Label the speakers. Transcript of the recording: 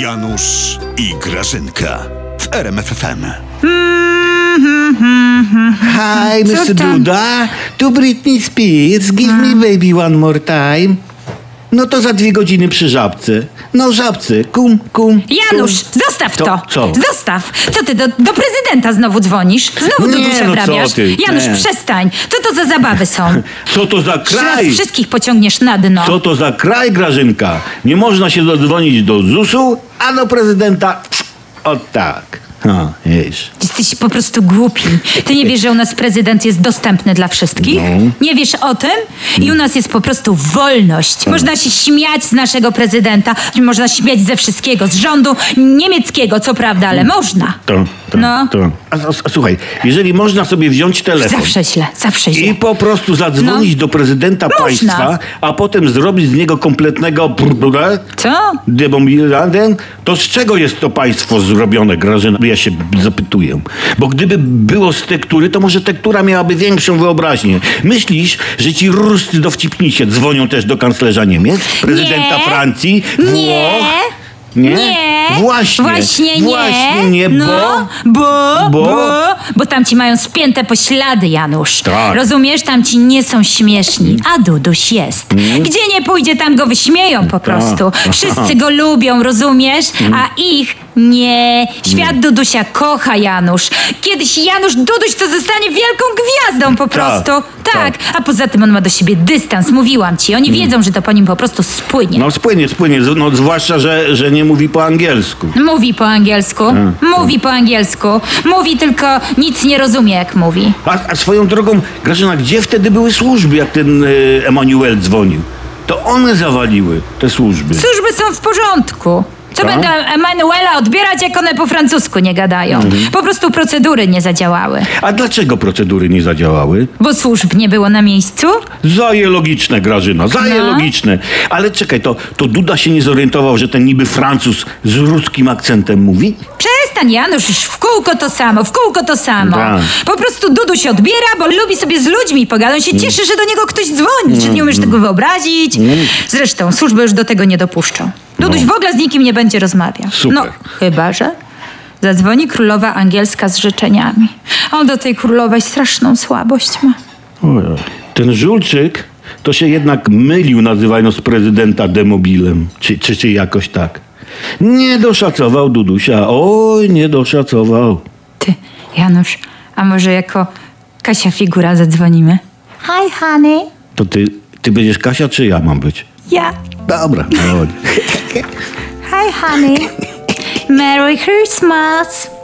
Speaker 1: Janusz i Grażynka w RMFFM.
Speaker 2: Hi, Mr.
Speaker 3: tam?
Speaker 2: Duda. Tu Britney Spears. Give me baby one more time. No to za dwie godziny przy żabce. No żabce, kum, kum.
Speaker 3: Janusz,
Speaker 2: kum.
Speaker 3: zostaw to!
Speaker 2: To co?
Speaker 3: Zostaw! Co ty do, do prezydenta znowu dzwonisz? Znowu
Speaker 2: Nie,
Speaker 3: do
Speaker 2: no
Speaker 3: duszy
Speaker 2: co
Speaker 3: wrabiasz?
Speaker 2: ty,
Speaker 3: Janusz,
Speaker 2: nie.
Speaker 3: przestań! Co to za zabawy są?
Speaker 2: Co to za
Speaker 3: Teraz
Speaker 2: kraj?
Speaker 3: wszystkich pociągniesz na dno.
Speaker 2: Co to za kraj, Grażynka? Nie można się dodzwonić do ZUS-u, a do prezydenta. O tak. Ha, wiesz.
Speaker 3: Jesteś po prostu głupi. Ty nie wiesz, że u nas prezydent jest dostępny dla wszystkich?
Speaker 2: No.
Speaker 3: Nie wiesz o tym? I u nas jest po prostu
Speaker 2: No.
Speaker 3: wolność. Można się śmiać z naszego prezydenta, można śmiać ze wszystkiego, z rządu niemieckiego, co prawda, ale
Speaker 2: Mm.
Speaker 3: można.
Speaker 2: To, to,
Speaker 3: No.
Speaker 2: to. A, a, a, słuchaj, jeżeli można sobie wziąć telefon.
Speaker 3: Zawsze źle, zawsze źle.
Speaker 2: I po prostu zadzwonić
Speaker 3: No.
Speaker 2: do prezydenta
Speaker 3: Można.
Speaker 2: państwa, a potem zrobić z niego kompletnego brr- brr-
Speaker 3: Co?
Speaker 2: demobilizantem, to z czego jest to państwo zrobione, Grażyna? Ja się zapytuję. Bo gdyby było z tektury, to może tektura miałaby większą wyobraźnię. Myślisz, że ci ruscy dowcipnisie dzwonią też do kanclerza Niemiec, prezydenta
Speaker 3: Nie.
Speaker 2: Francji, Włoch?
Speaker 3: Nie.
Speaker 2: Nie? Właśnie.
Speaker 3: Właśnie nie.
Speaker 2: Właśnie nie, bo-
Speaker 3: No, bo,
Speaker 2: bo-
Speaker 3: bo, bo tam ci mają spięte poślady, Janusz.
Speaker 2: Tak. Mm.
Speaker 3: Rozumiesz? Tam ci nie są śmieszni, a Duduś jest. Gdzie nie pójdzie, tam go wyśmieją
Speaker 2: Tak.
Speaker 3: po prostu. Wszyscy go lubią, rozumiesz?
Speaker 2: Mm.
Speaker 3: A ich nie. Świat Dudusia kocha Janusz. Kiedyś Janusz Duduś to zostanie wielką gwiazdą po prostu.
Speaker 2: tak. Mm.
Speaker 3: Tak. A poza tym on ma do siebie dystans, mówiłam ci. Oni wiedzą, że to po nim po prostu spłynie.
Speaker 2: No spłynie, spłynie. No, zwłaszcza, że, że nie mówi po angielsku.
Speaker 3: Mówi po angielsku, mówi po angielsku, mówi tylko nic nie rozumie jak mówi.
Speaker 2: A, a swoją drogą, Grażyna, gdzie wtedy były służby, jak ten y, Emanuel dzwonił? To one zawaliły te służby.
Speaker 3: Służby są w porządku. Co
Speaker 2: Tak?
Speaker 3: będę Emanuela odbierać, jak one po francusku nie gadają? Po prostu procedury nie zadziałały.
Speaker 2: A dlaczego procedury nie zadziałały?
Speaker 3: Bo służb nie było na miejscu?
Speaker 2: Zaje logiczne, Grażyna, zaje
Speaker 3: No.
Speaker 2: logiczne. Ale czekaj, to, to Duda się nie zorientował, że ten niby Francuz z ruskim akcentem mówi?
Speaker 3: Przestań, Janusz, już w kółko to samo, w kółko to samo.
Speaker 2: Tak.
Speaker 3: Po prostu Dudu się odbiera, bo lubi sobie z ludźmi pogadać. On się cieszy, że do niego ktoś dzwoni, że nie umiesz tego wyobrazić. Zresztą służby już do tego nie dopuszczą. Duduś w ogóle z nikim nie będzie rozmawiał.
Speaker 2: Super.
Speaker 3: No, chyba, że zadzwoni królowa angielska z życzeniami. On do tej królowej straszną słabość ma.
Speaker 2: Ten Żulczyk to się jednak mylił, nazywając prezydenta demobilem. Czy, czy, czy jakoś tak. Nie doszacował Dudusia. Oj, nie doszacował.
Speaker 3: Ty, Janusz, a może jako Kasia Figura zadzwonimy? Hi, honey.
Speaker 2: To ty, ty będziesz Kasia, czy ja mam być?
Speaker 3: Ja.
Speaker 2: Dobra, no.
Speaker 3: Hi, honey. Merry Christmas.